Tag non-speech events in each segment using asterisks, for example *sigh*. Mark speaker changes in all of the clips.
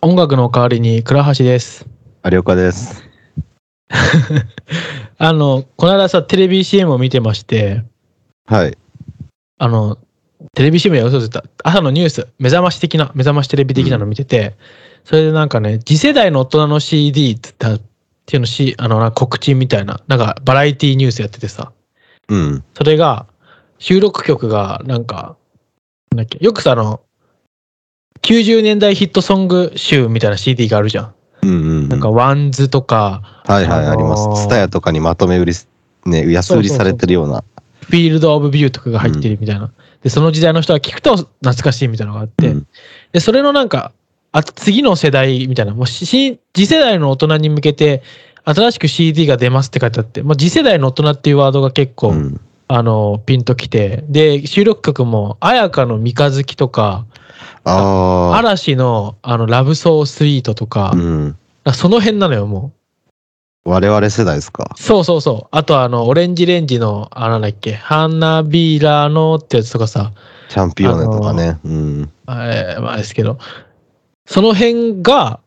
Speaker 1: 音楽の代わりに倉橋です。
Speaker 2: 有岡です。
Speaker 1: あの、この間さ、テレビ CM を見てまして、
Speaker 2: はい。
Speaker 1: あの、テレビ CM や嘘ついた。朝のニュース、目覚まし的な、目覚ましテレビ的なの見てて、それでなんかね、次世代の大人の CD って言ったっていうのし、あの、なんか告知みたいな、なんかバラエティニュースやっててさ、
Speaker 2: うん。
Speaker 1: それが、収録曲が、なんか、なんだっけ、よくさ、あの、90年代ヒットソング集みたいな CD があるじゃん。
Speaker 2: うんうん、うん。
Speaker 1: なんか、ワンズとか、
Speaker 2: はいはい、
Speaker 1: あのー
Speaker 2: あります。ツタヤとかにまとめ売りす、ね、安売りされてるような。
Speaker 1: フィールド・オブ・ビューとかが入ってるみたいな、でその時代の人は聞くと懐かしいみたいなのがあって、
Speaker 2: うん
Speaker 1: でそれのなんかあと次の世代みたいなもうし新次世代の大人に向けて新しく CD が出ますって書いてあって、まあ、次世代の大人っていうワードが結構、
Speaker 2: うん。
Speaker 1: あのピンときてで収録曲も綾香の三日月とか
Speaker 2: あ
Speaker 1: 嵐のあのラブソースイートとか,、
Speaker 2: あ。うん。
Speaker 1: その辺なのよも
Speaker 2: 我々世代ですか
Speaker 1: う。そうそうそうあとあのオレンジレンジのあなんだっけ花びらのってやつとかさ
Speaker 2: チャンピオーネとかね。うん。
Speaker 1: えーまあですけど、その辺が、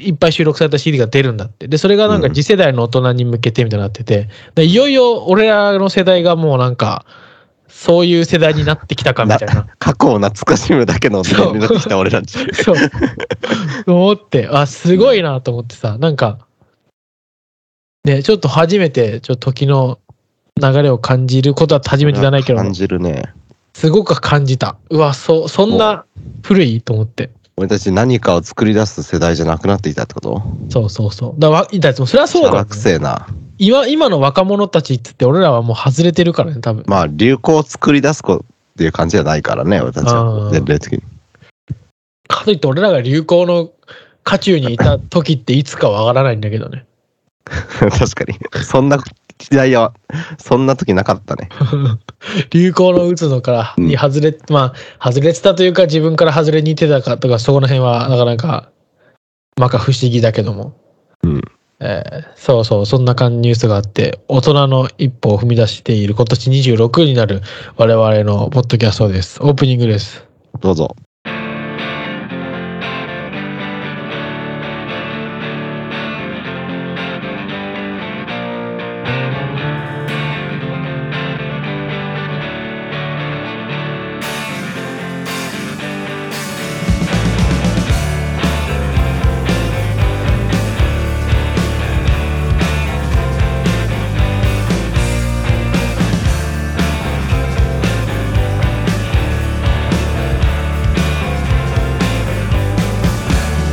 Speaker 1: いっぱい収録された CD が出るんだって。で、それがなんか
Speaker 2: うん
Speaker 1: 次世代の大人に向けてみたいになってて、でいよいよ俺らの世代がもうなんか、そういう世代になってきたかみたいな。
Speaker 2: 過去を懐かしむだけの年代になってきた俺ら *laughs* っち。
Speaker 1: そう。思って、あ、すごいなと思ってさ、なんか、ね、ちょっと初めて、ちょっと時の流れを感じることは初めてじゃないけど、
Speaker 2: 感じるね。
Speaker 1: すごく感じた。うわ、そ、そんな古いと思って。
Speaker 2: 俺たち何かを作り出す世代じゃなくなってきたってこと
Speaker 1: そうそうそう。だわ、だってそれはそうだ、
Speaker 2: 小
Speaker 1: ね。
Speaker 2: 学生な。
Speaker 1: 今、今の若者たちっつって俺らはもう外れてるからね、多分。
Speaker 2: まあ、流行を作り出す子っていう感じじゃないからね、俺たち
Speaker 1: あ
Speaker 2: は。
Speaker 1: ー
Speaker 2: 年齢的に。 *laughs*
Speaker 1: かといって俺らが流行の渦中にいた時っていつかわからないんだけどね。
Speaker 2: 確かに。そんな時代は、そんな時なかったね。
Speaker 1: 流行の打つのから、
Speaker 2: うん
Speaker 1: に外れ、まあ、外れてたというか自分から外れにいてたかとか、そこの辺はなかなか、まか不思議だけども。
Speaker 2: うん
Speaker 1: えーそうそう、そんな感じニュースがあって、大人の一歩を踏み出している今年26になる我々のポッドキャストです。オープニングです。
Speaker 2: どうぞ。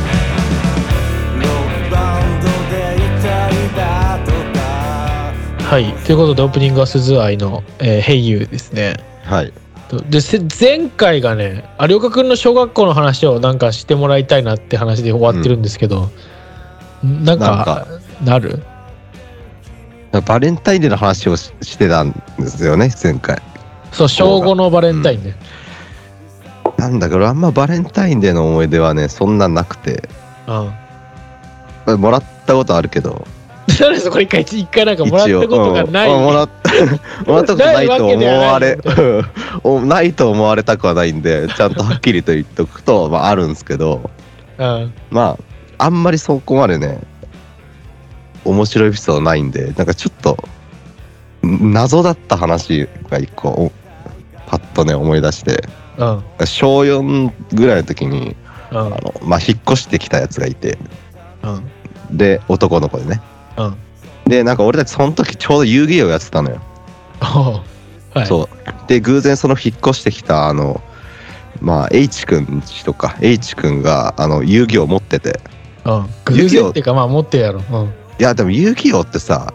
Speaker 3: ロックバンドでいたいだとか
Speaker 1: はい、ということでオープニングは鈴愛の「えー、Hey You」ですね。
Speaker 2: はい。
Speaker 1: とでせ前回がね有岡君の小学校の話をなんかしてもらいたいなって話で終わってるんですけど、なんかなる
Speaker 2: バレンタインデーの話をししてたんですよね、前回。
Speaker 1: そう小5のバレンタインね、
Speaker 2: なんだけど、あんまバレンタインデーの思い出はね、そんななくて、
Speaker 1: うん *laughs*
Speaker 2: もらったことあるけど、
Speaker 1: 何ですこれ一回一回なんかもらったことがない、
Speaker 2: うんうんもらっ *laughs* もらったことないと思わ
Speaker 1: ないわ
Speaker 2: れ、 *laughs* うんないと思われたくはないんで、ちゃんとはっきりと言っとくと、まあ、あるんですけど、
Speaker 1: うん、
Speaker 2: まあ、あんまりそこまでね、面白いエピソードないんで、なんかちょっと、ん謎だった話が一個、おパッとね、思い出して、
Speaker 1: うん
Speaker 2: 小4ぐらいの時に、
Speaker 1: うんうん
Speaker 2: あのまあ、引っ越してきたやつがいて
Speaker 1: うん
Speaker 2: で男の子でね
Speaker 1: うん
Speaker 2: でなんか俺たちその時ちょうど遊戯王やってたのよ、
Speaker 1: おうはい
Speaker 2: そうで偶然その引っ越してきたあのまあ H 君ちとか H 君があの遊戯王持ってて
Speaker 1: うん、偶然っていうかまあ持ってるやろ、うん、
Speaker 2: いやでも遊戯王ってさ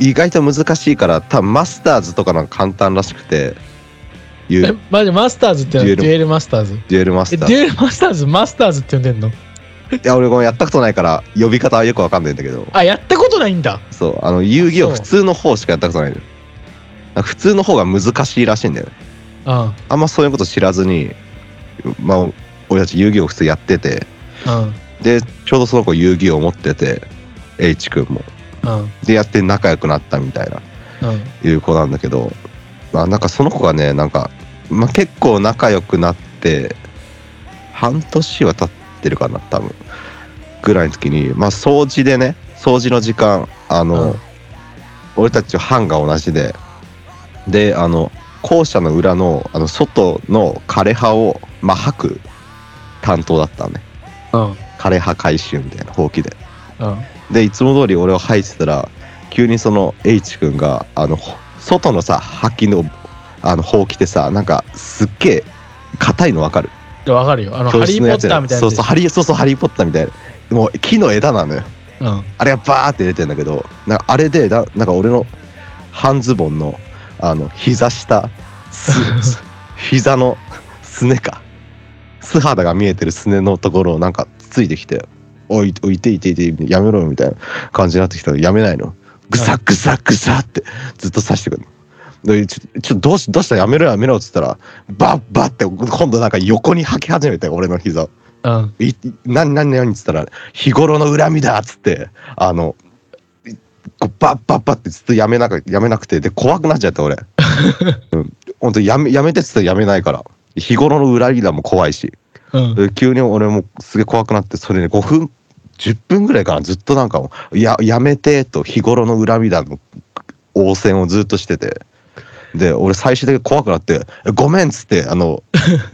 Speaker 2: 意外と難しいから多分マスターズとかなんか簡単らしくてデ
Speaker 1: え
Speaker 2: ュ
Speaker 1: マジマスターズってのは
Speaker 2: デュエ
Speaker 1: デ
Speaker 2: ル
Speaker 1: ュエルマスターズ
Speaker 2: デュエルマ
Speaker 1: え
Speaker 2: ス
Speaker 1: デ
Speaker 2: タ
Speaker 1: ュ
Speaker 2: ーズ
Speaker 1: エルマスターズマスターズって呼んでんの
Speaker 2: いや俺ごめんやったことないから呼び方はよくわかんないんだけど
Speaker 1: あやったことないんだ
Speaker 2: そうあの遊戯王
Speaker 1: そう
Speaker 2: 普通の方しかやったことないのよ普通の方が難しいらしいんだよね
Speaker 1: うん
Speaker 2: あんまそういうこと知らずにまあ俺たち遊戯王普通やってて
Speaker 1: うん
Speaker 2: でちょうどその子遊戯王持ってて H 君も
Speaker 1: うん
Speaker 2: でやって仲良くなったみたいな
Speaker 1: うん
Speaker 2: いう子なんだけどまあなんかその子がねなんか、まあ、結構仲良くなって半年は経っってるかな、多分。ぐらいの時に、まあ、掃除でね、掃除の時間、あの、
Speaker 1: うん
Speaker 2: 俺たち班が同じで、で、あの、校舎の裏の、あの、外の枯れ葉を、まあ、吐く担当だったのね。
Speaker 1: うん。うん。
Speaker 2: 枯れ葉回収みたいな、ほうきで。でいつも通り俺を吐いてたら急にその H 君があのほ外のさ吐きのあのほうきでさなんかすっげえ硬いのわかる
Speaker 1: でわかるよ。あの、ハ
Speaker 2: 教
Speaker 1: リー・
Speaker 2: 室
Speaker 1: ポッ
Speaker 2: のやつ
Speaker 1: ターみたいなやつ
Speaker 2: そうそうハリーそうそうハリー・ポッターみたいなもう木の枝なのよ
Speaker 1: うん。
Speaker 2: あれがバーって出てんだけどなんかあれでななんか俺の半ズボンのあの膝下す *laughs* 膝のすねか素肌が見えてるすねのところをなんかついてきて「おいおいいていていてやめろよ」みたいな感じになってきたらやめないのぐさぐさぐさってずっと刺してくるの。でちょちょどうしどうしたやめろやめろっつったらバッバッって今度なんか横に吐き始めて俺の膝を
Speaker 1: うん。
Speaker 2: い何何何っつったら日頃の恨みだっつってあのいこうバッバッバッってずっとやめなくやめなくてで怖くなっちゃって俺、うん、本当やめやめてっつったらやめないから日頃の恨みだも怖いし
Speaker 1: うん。
Speaker 2: で急に俺もすげえ怖くなってそれね5分10分ぐらいかなずっとなんかもうややめてと日頃の恨みだの応戦をずっとしててで俺最終的に怖くなって「ごめん」っつって
Speaker 1: *laughs*
Speaker 2: あの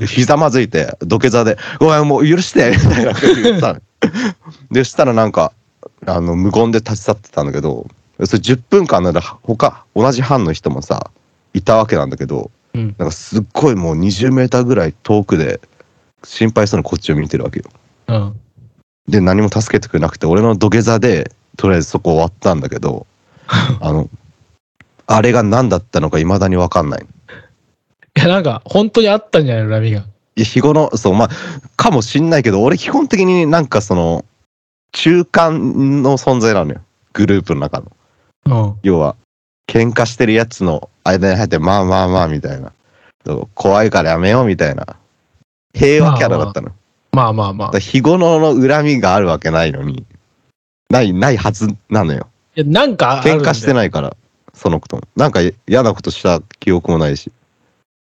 Speaker 2: ひざまずいて土下座で「ごめんもう許して」みたいな感じで言っ
Speaker 1: *laughs*
Speaker 2: たのでしたらなんかあの無言で立ち去ってたんだけどそれ10分間なら他同じ班の人もさいたわけなんだけど、
Speaker 1: うん。
Speaker 2: なんかすっごいもう20メーターぐらい遠くで心配そうにこっちを見てるわけよ。
Speaker 1: うん。
Speaker 2: で何も助けてくれなくて俺の土下座でとりあえずそこ終わったんだけどあのあれが何だったのか未だに分かんない。
Speaker 1: いや、なんか、本当にあったんじゃないの、恨みが。
Speaker 2: いや日頃そうまあかもしんないけど俺基本的になんかその中間の存在なのよグループの中の。
Speaker 1: うん。
Speaker 2: 要は喧嘩してるやつの間に入ってまあまあまあみたいな怖いからやめようみたいな平和キャラだったの。
Speaker 1: まあまあまあ
Speaker 2: だから。日頃の恨みがあるわけないのに、ない、ないはずなのよ。
Speaker 1: いや、なんかあるんだよ、
Speaker 2: 喧嘩して
Speaker 1: い。
Speaker 2: ないから、そのことも。なんか嫌なことした記憶もないし。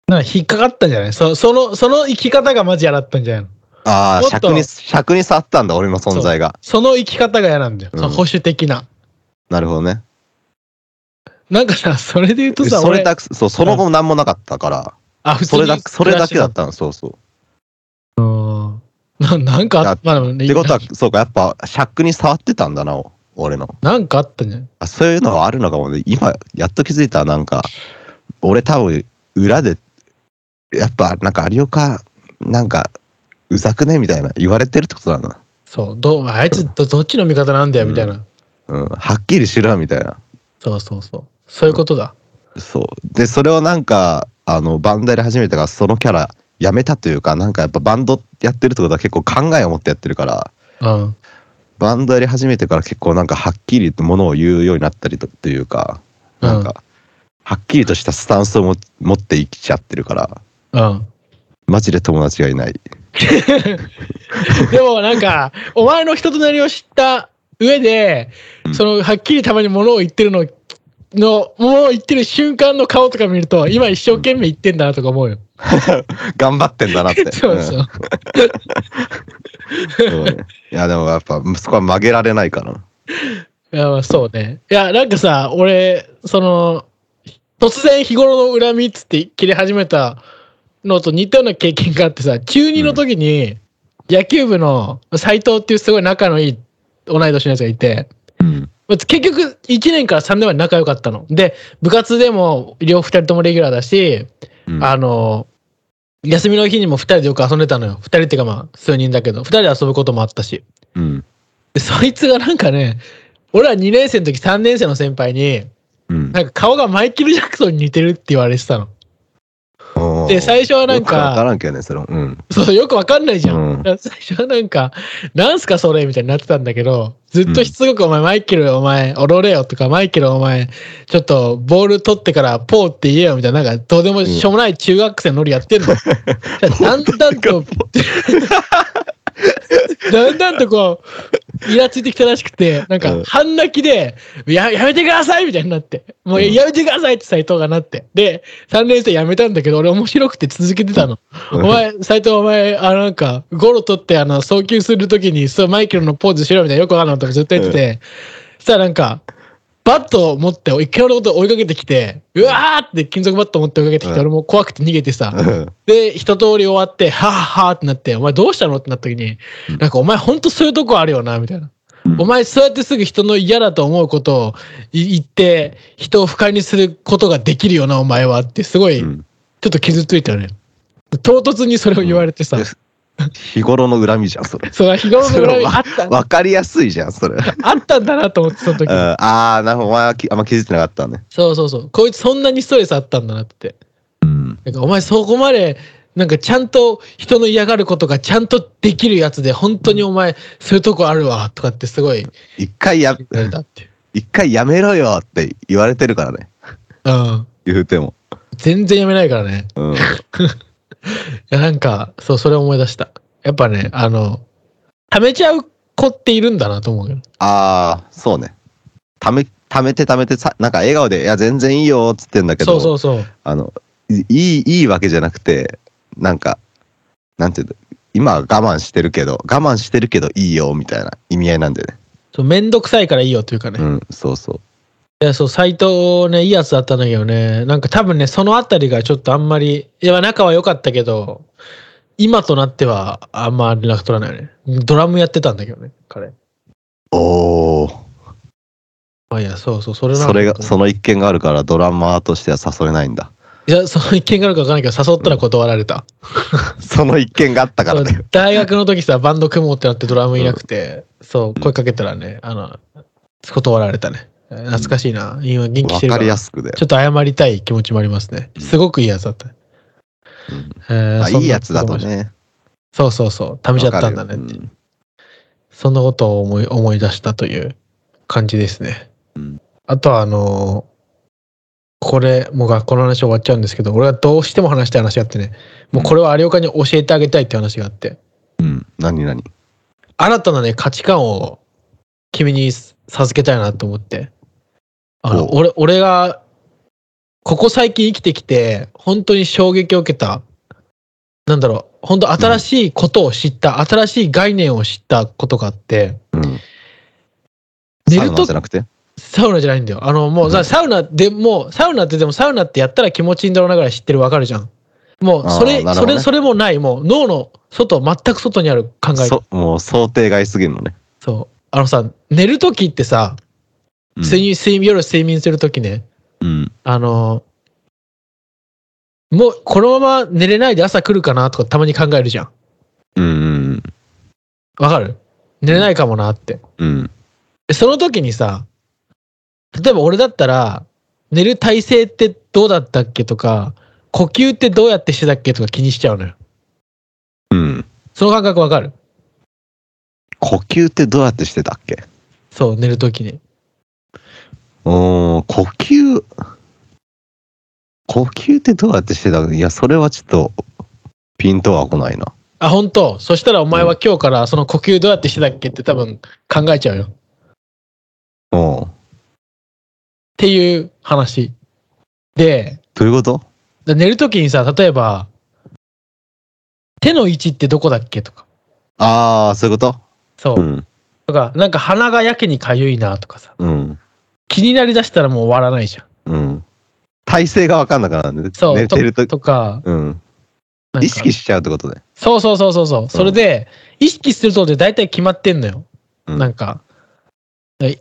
Speaker 1: なんか引っかかったんじゃないそその、その生き方がマジ嫌だったんじゃないの
Speaker 2: あ
Speaker 1: も
Speaker 2: あ、
Speaker 1: っと
Speaker 2: 尺に、尺に触ったんだ、俺の存在が。
Speaker 1: その生き方が嫌なんだよ。
Speaker 2: うん
Speaker 1: その保守的な。
Speaker 2: なるほどね。
Speaker 1: なんかさ、それで言うとさ、
Speaker 2: それ
Speaker 1: 俺、
Speaker 2: だけ、そう、その後も何もなかったから、
Speaker 1: あ、普通
Speaker 2: そ
Speaker 1: に
Speaker 2: れだけ、それだけだっ
Speaker 1: 暮
Speaker 2: たの、そうそう。
Speaker 1: らしいな。ななんかあっ
Speaker 2: だ
Speaker 1: まあでもね
Speaker 2: ってことは、そうか、やっぱ、尺に触ってたんだな、俺の。
Speaker 1: なんかあったんじゃない
Speaker 2: あそういうのはあるのかもね。今、やっと気づいた、なんか、俺多分、裏で、やっぱ、なんか、有岡、なんか、うざくねみたいな、言われてるってことだな。
Speaker 1: そう、どう、あいつどどっちの味方なんだよ、みたいな。
Speaker 2: うん、はっきりしろ、みたいな。
Speaker 1: そうそうそう。そういうことだ。
Speaker 2: そう。で、それをなんか、あの、バンドやり始めたから、そのキャラ、やめたというか、なんかやっぱバンドやってるってことは結構考えを持ってやってるから、
Speaker 1: うん。
Speaker 2: バンドやり始めてから結構なんかはっきりとものを言うようになったりとというか、なんか、はっきりとしたスタンスをも持って生きちゃってるから、
Speaker 1: うん。
Speaker 2: マジで友達がいない。
Speaker 1: でもなん *laughs* か、お前の人となりを知った上で
Speaker 2: う、ん
Speaker 1: その、はっきりたまに物を言ってるの、の、物を言ってる瞬間の顔とか見ると、今一生懸命言ってんだなとか思うよ。
Speaker 2: 頑張ってんだなって。 *laughs*
Speaker 1: そうそう。
Speaker 2: うんそうねいや、でもやっぱ、そこは曲げられないからな。
Speaker 1: いや、まあそうね。いや、なんかさ、俺、その、突然日頃の恨みっつって切り始めたのと似たような経験があってさ、中2の時に、野球部の斎藤っていうすごい仲のいい同い年のやつがいて、
Speaker 2: うん。
Speaker 1: まあ結局1年から3年まで仲良かったの。で、部活でも両2人ともレギュラーだし、
Speaker 2: うん
Speaker 1: あの、休みの日にも2人でよく遊んでたのよ。2人っていうかまあ数人だけど、2人で遊ぶこともあったし。
Speaker 2: うん。
Speaker 1: でそいつがなんかね俺ら2年生の時3年生の先輩に
Speaker 2: うん。
Speaker 1: なんか顔がマイケル・ジャクソンに似てるって言われてたの
Speaker 2: おー
Speaker 1: で最初はなんか
Speaker 2: よくわからんけどね、それも。うん。
Speaker 1: そうよくわかんないじゃん、
Speaker 2: うん
Speaker 1: だから最初はなんか「なんすかそれ」みたいになってたんだけどずっとしつこく「お前マイケルお前おろれよ」とか「マイケルお前ちょっとボール取ってからポーって言えよ」みたいななんかどうでもしょうもない中学生のノリやってんの、
Speaker 2: *laughs*
Speaker 1: だんだんとだんだんとこうイラついてきたらしくて、なん
Speaker 2: う
Speaker 1: か、
Speaker 2: ん
Speaker 1: 半泣きで、や、やめてくださいみたいになって、もう
Speaker 2: うん
Speaker 1: やめてくださいって斎藤がなって。で、3年生やめたんだけど、俺面白くて続けてたの。お前、斎藤お前、あの、なんか、ゴロ取って、あの、送球するときに、そう、マイケルのポーズしろみたいな、よくわかんないとかずっと言ってて、そしたらなんか、バットを持って、一回俺のこと追いかけてきて、うわーって金属バット持って追いかけてき
Speaker 2: うん
Speaker 1: て、俺も怖くて逃げてさ、
Speaker 2: うん
Speaker 1: で、一通り終わって、はぁはぁってなって、お前どうしたのってなった時に、なんかお前ほんとそういうとこあるよな、みたいな。お前そうやってすぐ人の嫌だと思うことをい言って、人を不快にすることができるよな、お前はって、すごい、ち
Speaker 2: う
Speaker 1: ょ
Speaker 2: ん
Speaker 1: っと傷ついたよね。唐突にそれを言われてさ、
Speaker 2: うん日頃の恨みじゃん、 *laughs* それ。
Speaker 1: その日頃の恨みあった、
Speaker 2: *laughs* わかりやすいじゃん、そ *laughs* れ。
Speaker 1: あったんだなと思って、その時
Speaker 2: うん、。ああ、なるほど。お前はきあんま気づいてなかったね。
Speaker 1: そうそうそう。こいつそんなにストレスあったんだなって。
Speaker 2: うん。
Speaker 1: なんかお前そこまで、なんかちゃんと人の嫌がることがちゃんとできるやつで、本当にお前そういうとこあるわ、とかってすごい
Speaker 2: 一回や、
Speaker 1: 言われたっていう。
Speaker 2: 一回やめろよって言われてるからね。
Speaker 1: うん。
Speaker 2: 言うても。
Speaker 1: 全然やめないからね。
Speaker 2: *laughs* うん。
Speaker 1: いや、なんか、そう、それ思い出した。やっぱね、あの、溜めちゃう子っているんだなと思うよ。
Speaker 2: ああ、そうね。ため、ためてためてさ、なんか笑顔で、いや、全然いいよっつってんだけど、
Speaker 1: そうそうそう。
Speaker 2: あの、いいい、いいわけじゃなくて、なんか、なんていうの、今は我慢してるけど、我慢してるけどいいよみたいな意味合いなんでね。
Speaker 1: そうめんどくさいからいいよというかね。
Speaker 2: う
Speaker 1: い
Speaker 2: ん、そうそう。
Speaker 1: や、そう、斎藤ね、いいやつだったんだけどね、なんか多分ね、そのあたりがちょっとあんまり、いや、仲は良かったけど、今となってはあんま連絡取らないよね。ドラムやってたんだけどね、彼。
Speaker 2: おー、
Speaker 1: まあいや、そうそう、それなん
Speaker 2: そ
Speaker 1: だ
Speaker 2: れ
Speaker 1: けど
Speaker 2: が、その一件があるからドラマーとしては誘えないんだ。 *laughs*
Speaker 1: いや、その一件があるか分かんないけど、誘ったら断られた。
Speaker 2: その一件があったからね
Speaker 1: そう。大学の時さ、バンド組もうってなってドラムいなくて、そう、声かけたらね、あの、断られたね。えー懐かしいな。今元気し
Speaker 2: わ
Speaker 1: てる
Speaker 2: か
Speaker 1: か
Speaker 2: りや
Speaker 1: ら。
Speaker 2: すくで。
Speaker 1: ちょっと謝りたい気持ちもありますね。すごくいいやつだった。
Speaker 2: うん
Speaker 1: えー
Speaker 2: あい
Speaker 1: そんない
Speaker 2: やつだと。ね。
Speaker 1: そうそうそう。試しちゃったんだね
Speaker 2: わ
Speaker 1: っ
Speaker 2: か
Speaker 1: て
Speaker 2: るようん
Speaker 1: そんなことを思い思い出したという感じですね。
Speaker 2: うん
Speaker 1: あとは、あのーこれ、もう学校の話終わっちゃうんですけど、俺はどうしても話したい話があってね、もうこれは有岡に教えてあげたいって話があって。
Speaker 2: うん。何何
Speaker 1: 新たなね、価値観を君に授けたいなと思って。あの、
Speaker 2: お
Speaker 1: 俺、俺が、ここ最近生きてきて、本当に衝撃を受けた。なんだろう、本当新しいことを知った、新しい概念を知ったことがあって、
Speaker 2: うん。
Speaker 1: 寝
Speaker 2: サウ
Speaker 1: る
Speaker 2: ナ
Speaker 1: と
Speaker 2: じゃなくて
Speaker 1: サウナじゃないんだよ。あの、もう、
Speaker 2: うん
Speaker 1: サウナでもう、サウナってでもサウナってやったら気持ちいいんだろうなぐらい知ってるわかるじゃん。もう、そ
Speaker 2: あ
Speaker 1: れ、
Speaker 2: ーなるほ
Speaker 1: そ
Speaker 2: どね
Speaker 1: れ、それもない、もう脳の外、全く外にある考え
Speaker 2: そもう想定外すぎるのね。
Speaker 1: そう。あのさ、寝るときってさ、
Speaker 2: うん
Speaker 1: 睡眠、睡眠、夜睡眠するときね、
Speaker 2: うん。
Speaker 1: あの、もうこのまま寝れないで朝来るかなとかたまに考えるじゃん。
Speaker 2: うん。
Speaker 1: わかる寝れないかもなって。
Speaker 2: うん。
Speaker 1: でその時にさ、例えば俺だったら、寝る体勢ってどうだったっけとか、呼吸ってどうやってしてたっけとか気にしちゃうのよ。
Speaker 2: うん。
Speaker 1: その感覚わかる
Speaker 2: 呼吸ってどうやってしてたっけ
Speaker 1: そう、寝るときに。
Speaker 2: うーん、呼吸。呼吸ってどうやってしてたっけいや、それはちょっと、ピンとは来ないな。
Speaker 1: あ、本当そしたらお前は今日からその呼吸どうやってしてたっけって多分考えちゃうよ。
Speaker 2: うん。
Speaker 1: っていう話。で、
Speaker 2: どういうこと
Speaker 1: 寝るときにさ、例えば、手の位置ってどこだっけとか、
Speaker 2: ああ、そういうこと
Speaker 1: そう、
Speaker 2: うん。
Speaker 1: とか、なんか鼻がやけにかゆいなとかさ、
Speaker 2: うん。
Speaker 1: 気になりだしたらもう終わらないじゃん。
Speaker 2: うん。体勢がわかんなくなるんで、
Speaker 1: そう、
Speaker 2: 寝てると、
Speaker 1: とか、
Speaker 2: うん。
Speaker 1: なんか
Speaker 2: 意識しちゃうってことね。
Speaker 1: そうそうそうそうそう、それで、意識するとで大体決まってんのよ。
Speaker 2: うん
Speaker 1: なんか、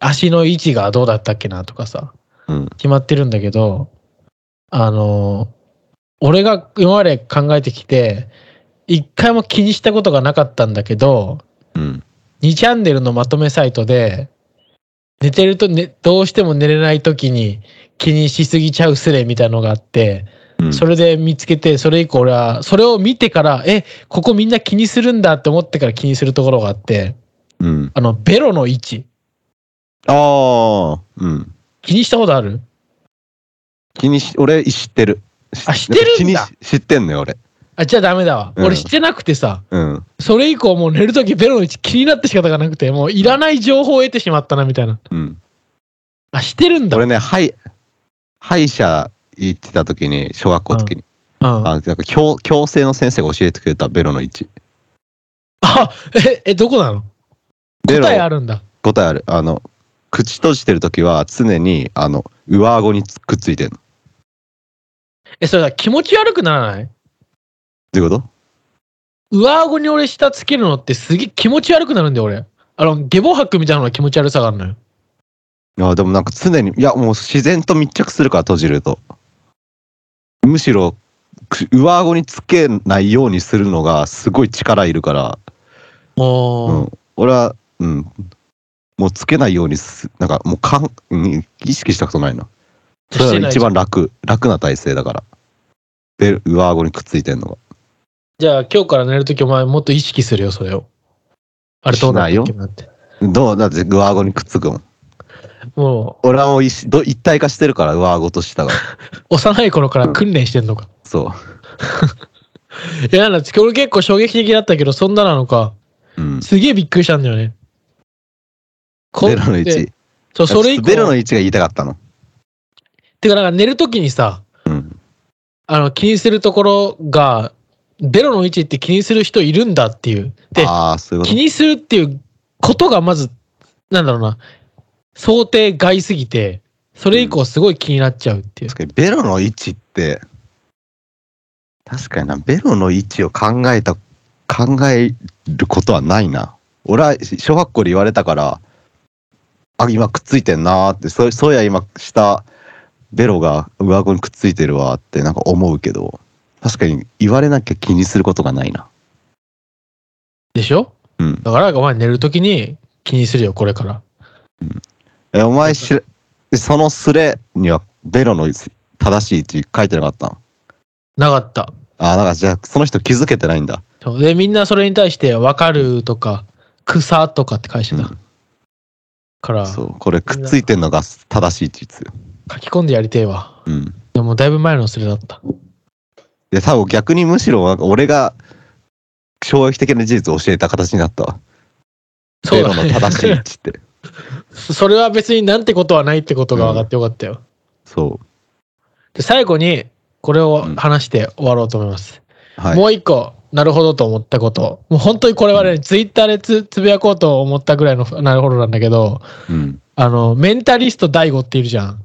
Speaker 1: 足の位置がどうだったっけなとかさ、
Speaker 2: うん。
Speaker 1: 決まってるんだけど、あの、俺が今まで考えてきて、一回も気にしたことがなかったんだけど、
Speaker 2: うん。
Speaker 1: 2チャンネルのまとめサイトで、寝てると、ね、どうしても寝れない時に気にしすぎちゃうスレみたいのがあって、
Speaker 2: うん
Speaker 1: それで見つけて、それ以降俺は、それを見てから、え、ここみんな気にするんだって思ってから気にするところがあって、
Speaker 2: うん。
Speaker 1: あの、ベロの位置。
Speaker 2: ああ、うん。
Speaker 1: 気にしたことある
Speaker 2: 気にし、俺知ってる。し
Speaker 1: あ知ってるんだ
Speaker 2: 気にし知ってんのよ、俺。
Speaker 1: あ、じゃあダメだわ。
Speaker 2: うん
Speaker 1: 俺してなくてさ、
Speaker 2: うん。
Speaker 1: それ以降もう寝るときベロの位置気になって仕方がなくて、もういらない情報を得てしまったな、みたいな。
Speaker 2: うん。
Speaker 1: あ、してるんだ。う
Speaker 2: 俺
Speaker 1: ん。
Speaker 2: ね、はい、歯医者行ってた時に、小学校の時に、
Speaker 1: あ、
Speaker 2: あ、なんか矯矯正の先生が教えてくれたベロの位置。
Speaker 1: え、え、どこなの
Speaker 2: ベロ
Speaker 1: 答えあるんだ。
Speaker 2: 答えある。あの、口閉じてる時は常に、あの、上顎につくっついてんの。
Speaker 1: え、それだ、気持ち悪くならない
Speaker 2: どういうこと
Speaker 1: 上顎に俺下つけるのってすげえ気持ち悪くなるんだよ、俺。あの、下ボ吐くみたいなのが気持ち悪さがあるのよ。
Speaker 2: いや、でもなんか常に、いや、もう自然と密着するから閉じると。むしろ、く上顎につけないようにするのがすごい力いるから、
Speaker 1: おー。
Speaker 2: うん、俺は、うん、もうつけないようにす、なんかもうかん、うん意識したことないな。それが一番楽、楽な体勢だから。で、上顎にくっついてんのが。
Speaker 1: じゃあ今日から寝るときお前もっと意識するよ、それを。あれどうなる
Speaker 2: し
Speaker 1: なって。
Speaker 2: どうだって上顎にくっつくもん。
Speaker 1: も
Speaker 2: 俺はもう一ど一体化してるから、上顎と下が。
Speaker 1: う、幼い頃から訓練してんのか。
Speaker 2: そ
Speaker 1: いや、なんか俺結構衝撃的だったけど、そんななのか。
Speaker 2: う。うん。
Speaker 1: すげえびっくりしたんだよね。こ
Speaker 2: ベロの位
Speaker 1: で
Speaker 2: 置。
Speaker 1: そう、それ以降。
Speaker 2: ベロの位置が言いたかったの。
Speaker 1: てか、なんか寝るときにさ、
Speaker 2: うん。
Speaker 1: あの、気にするところが、ベロの位置って気にする人いるんだっていう。で、
Speaker 2: ああ、そういうこ
Speaker 1: 気
Speaker 2: と。
Speaker 1: にするっていうことがまず、なんだろうな、想定外すぎて、それ以降すごい気になっちゃうっていう。
Speaker 2: 確かに、ベロの位置って、確かにな、ベロの位置を考えた、考えることはないな。俺は小学校で言われたから、あ、今くっついてんなーって、そうそういや今下、ベロが上顎にくっついてるわってなんか思うけど、確かに言われなきゃ気にすることがないな。
Speaker 1: でしょ
Speaker 2: うん。
Speaker 1: だから、お前寝るときに気にするよ、これから。
Speaker 2: え、お前し、そのスレにはベロの正しい位置書いてなかったの
Speaker 1: なかった。
Speaker 2: あ、なんかじゃあその人気づけてないんだ。
Speaker 1: そうで、みんなそれに対して、わかるとか、草とかって返してた。
Speaker 2: うん
Speaker 1: から、
Speaker 2: そ
Speaker 1: 書
Speaker 2: う、これくっついてんのが正しい位置ですよ。
Speaker 1: き込んでやりてえわ。
Speaker 2: うん。
Speaker 1: でも、だいぶ前のそれだった。
Speaker 2: で、多分逆にむしろ、なんか俺が衝撃的な事実を教えた形になったわ。
Speaker 1: そうだ
Speaker 2: ベロの
Speaker 1: ね。
Speaker 2: 正しい位置って。
Speaker 1: *laughs* それは別になんてことはないってことが分かってよかったよ。
Speaker 2: そ
Speaker 1: で最後にこれを話して終わろうと思います、
Speaker 2: う。はい。
Speaker 1: もう一個なるほどと思ったこともう本当にこれはね、ツイッターでつつぶやこうと思ったぐらいのなるほどなんだけど
Speaker 2: うん。
Speaker 1: あのメンタリスト DAIGO っているじゃん、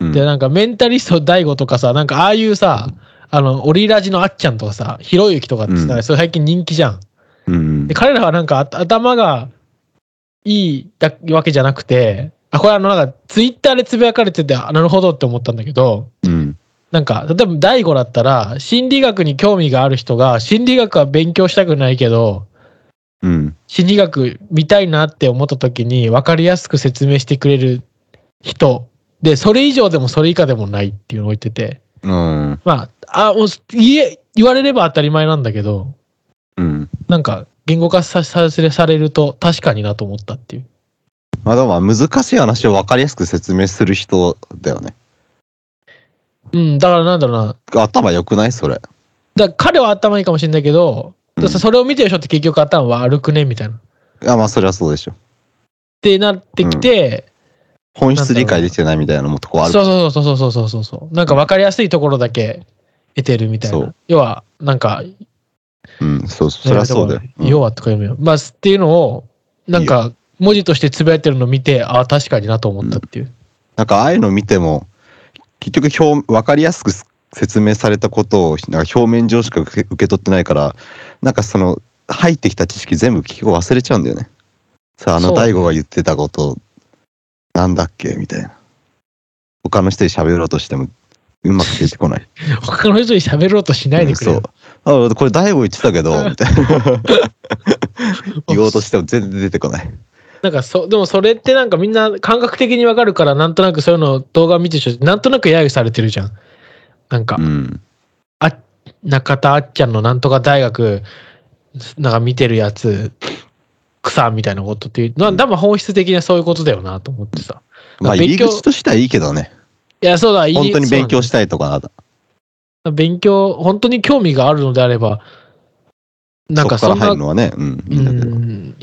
Speaker 2: うん
Speaker 1: でなんかメンタリスト DAIGO とかさなんかああいうさあのオリラジのあっちゃんとかさひろゆきとかってさ、
Speaker 2: うん
Speaker 1: それ最近人気じゃん
Speaker 2: うん
Speaker 1: で。彼らはなんかあ頭がいいだわけじゃなくてあこれあのなんかツイッターでつぶやかれててあなるほどって思ったんだけど
Speaker 2: うん。
Speaker 1: なんか、例えば第5だったら、心理学に興味がある人が、心理学は勉強したくないけど、
Speaker 2: うん。
Speaker 1: 心理学見たいなって思った時に、分かりやすく説明してくれる人。で、それ以上でもそれ以下でもないっていうのを言ってて。
Speaker 2: うん。
Speaker 1: まあ、あ、もう言え、言われれば当たり前なんだけど、
Speaker 2: うん。
Speaker 1: なんか、言語化ささされると確かになと思ったっていう。
Speaker 2: まあでもまあ難しい話を分かりやすく説明する人だよね。
Speaker 1: うん、だからなんだろうな。
Speaker 2: 頭良くないそれ。
Speaker 1: だから彼は頭いいかもしれないけど、
Speaker 2: うん
Speaker 1: それを見てる人って結局頭悪くねみたいな。っ
Speaker 2: あ、まあそれはそうでしょ。
Speaker 1: てなってきて、
Speaker 2: 本質理解できてないみたいなのもとこある。
Speaker 1: そうそうそうそうそうそうそうなんか分かりやすいところだけ得てるみたい
Speaker 2: そ
Speaker 1: な
Speaker 2: う
Speaker 1: 要はなんか
Speaker 2: うん。そう、それはそうだよ。うん
Speaker 1: 要はとか読むよまあすっていうのをなんか文字としてつぶやいてるのを見てああ確かになと思ったっていう、
Speaker 2: なんかああいうの見ても結局表分かりやすくす説明されたことをなんか表面上しか受け受け取ってないからなんかその入ってきた知識全部聞き忘れちゃうんだよね。さああの
Speaker 1: そう
Speaker 2: 大悟が言ってたことなんだっけみたいな。他の人に喋ろうとしてもうまく出てこない。
Speaker 1: 他の人に喋ろうとしないでくれ
Speaker 2: う
Speaker 1: よ
Speaker 2: ん、そうあこれ大悟言ってた
Speaker 1: *laughs*
Speaker 2: けどみたいな言おうとしても全然出てこない。
Speaker 1: なんかそでもそれってなんかみんな感覚的に分かるからなんとなくそういうのを動画見てる人なんとなく揶揄されてるじゃんなんか、
Speaker 2: うん
Speaker 1: 中田あっちゃんのなんとか大学なんか見てるやつ草みたいなことっていう、まあ、多分本質的なそういうことだよなと思ってさ
Speaker 2: まあ
Speaker 1: 勉
Speaker 2: 入り
Speaker 1: 強
Speaker 2: 口としてはいいけどね
Speaker 1: いやそうだいい
Speaker 2: 本当に勉強
Speaker 1: し
Speaker 2: したいとかな
Speaker 1: 勉強、本当に興味があるのであれば、なんか
Speaker 2: そ
Speaker 1: そ
Speaker 2: こ
Speaker 1: ん
Speaker 2: か
Speaker 1: な、
Speaker 2: ら入るのはね、うん、いいんだけど。
Speaker 1: うん、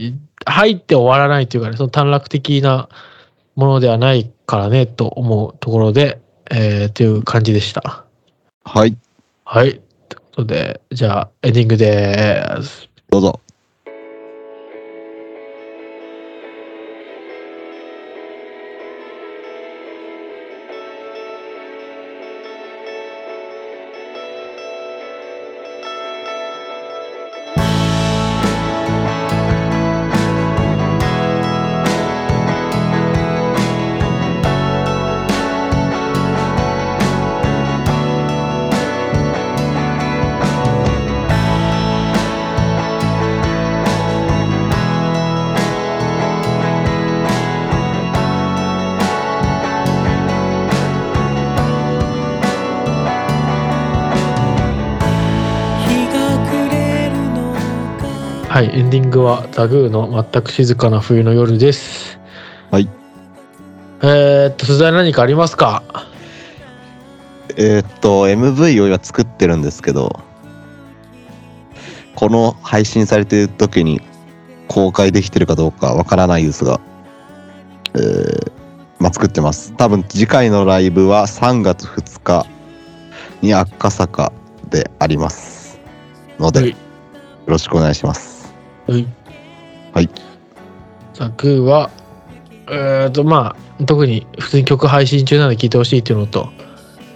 Speaker 1: 入って終わらないというかね、その短絡的なものではないからね、と思うところで、えー、という感じでした。
Speaker 2: はい、
Speaker 1: はい。ということで、じゃあ、エンディングです。
Speaker 2: どうぞ。
Speaker 3: 日が暮れるのか
Speaker 1: はい、エンディングはザグーの全く静かな冬の夜です。
Speaker 2: はい。
Speaker 1: えー、っと、鈴代何かありますか
Speaker 2: えーっと、MV を今作ってるんですけど、この配信されてる時に公開できてるかどうかわからないですが、えーまあ、作ってます。多分次回のライブは3月2日に赤坂であります。の
Speaker 1: は
Speaker 2: で、
Speaker 1: い
Speaker 2: よろしくお願いします。
Speaker 1: はい。
Speaker 2: はい。
Speaker 1: ザグーは、えー、っと、まあ、特に普通に曲配信中なので聴いてほしいっていうのと、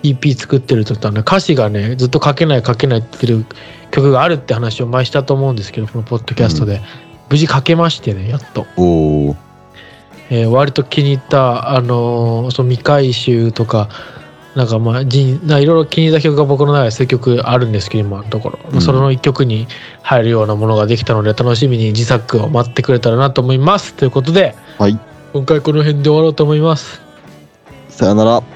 Speaker 1: EP 作ってるとったね、歌詞がね、ずっと書けない書けないって言ってる曲があるって話を前したと思うんですけど、このポッドキャストで。無事書けましてね、やっと。
Speaker 2: おー、
Speaker 1: えー割と気に入った、あのーその未回収とか、なんかまあ、人なんかいろいろ気に入った曲が僕の中で数曲あるんですけど、今のところ。
Speaker 2: うん
Speaker 1: その一曲に入るようなものができたので、楽しみに自作を待ってくれたらなと思います。ということで、
Speaker 2: はい、
Speaker 1: 今回この辺で終わろうと思います。
Speaker 2: さよなら。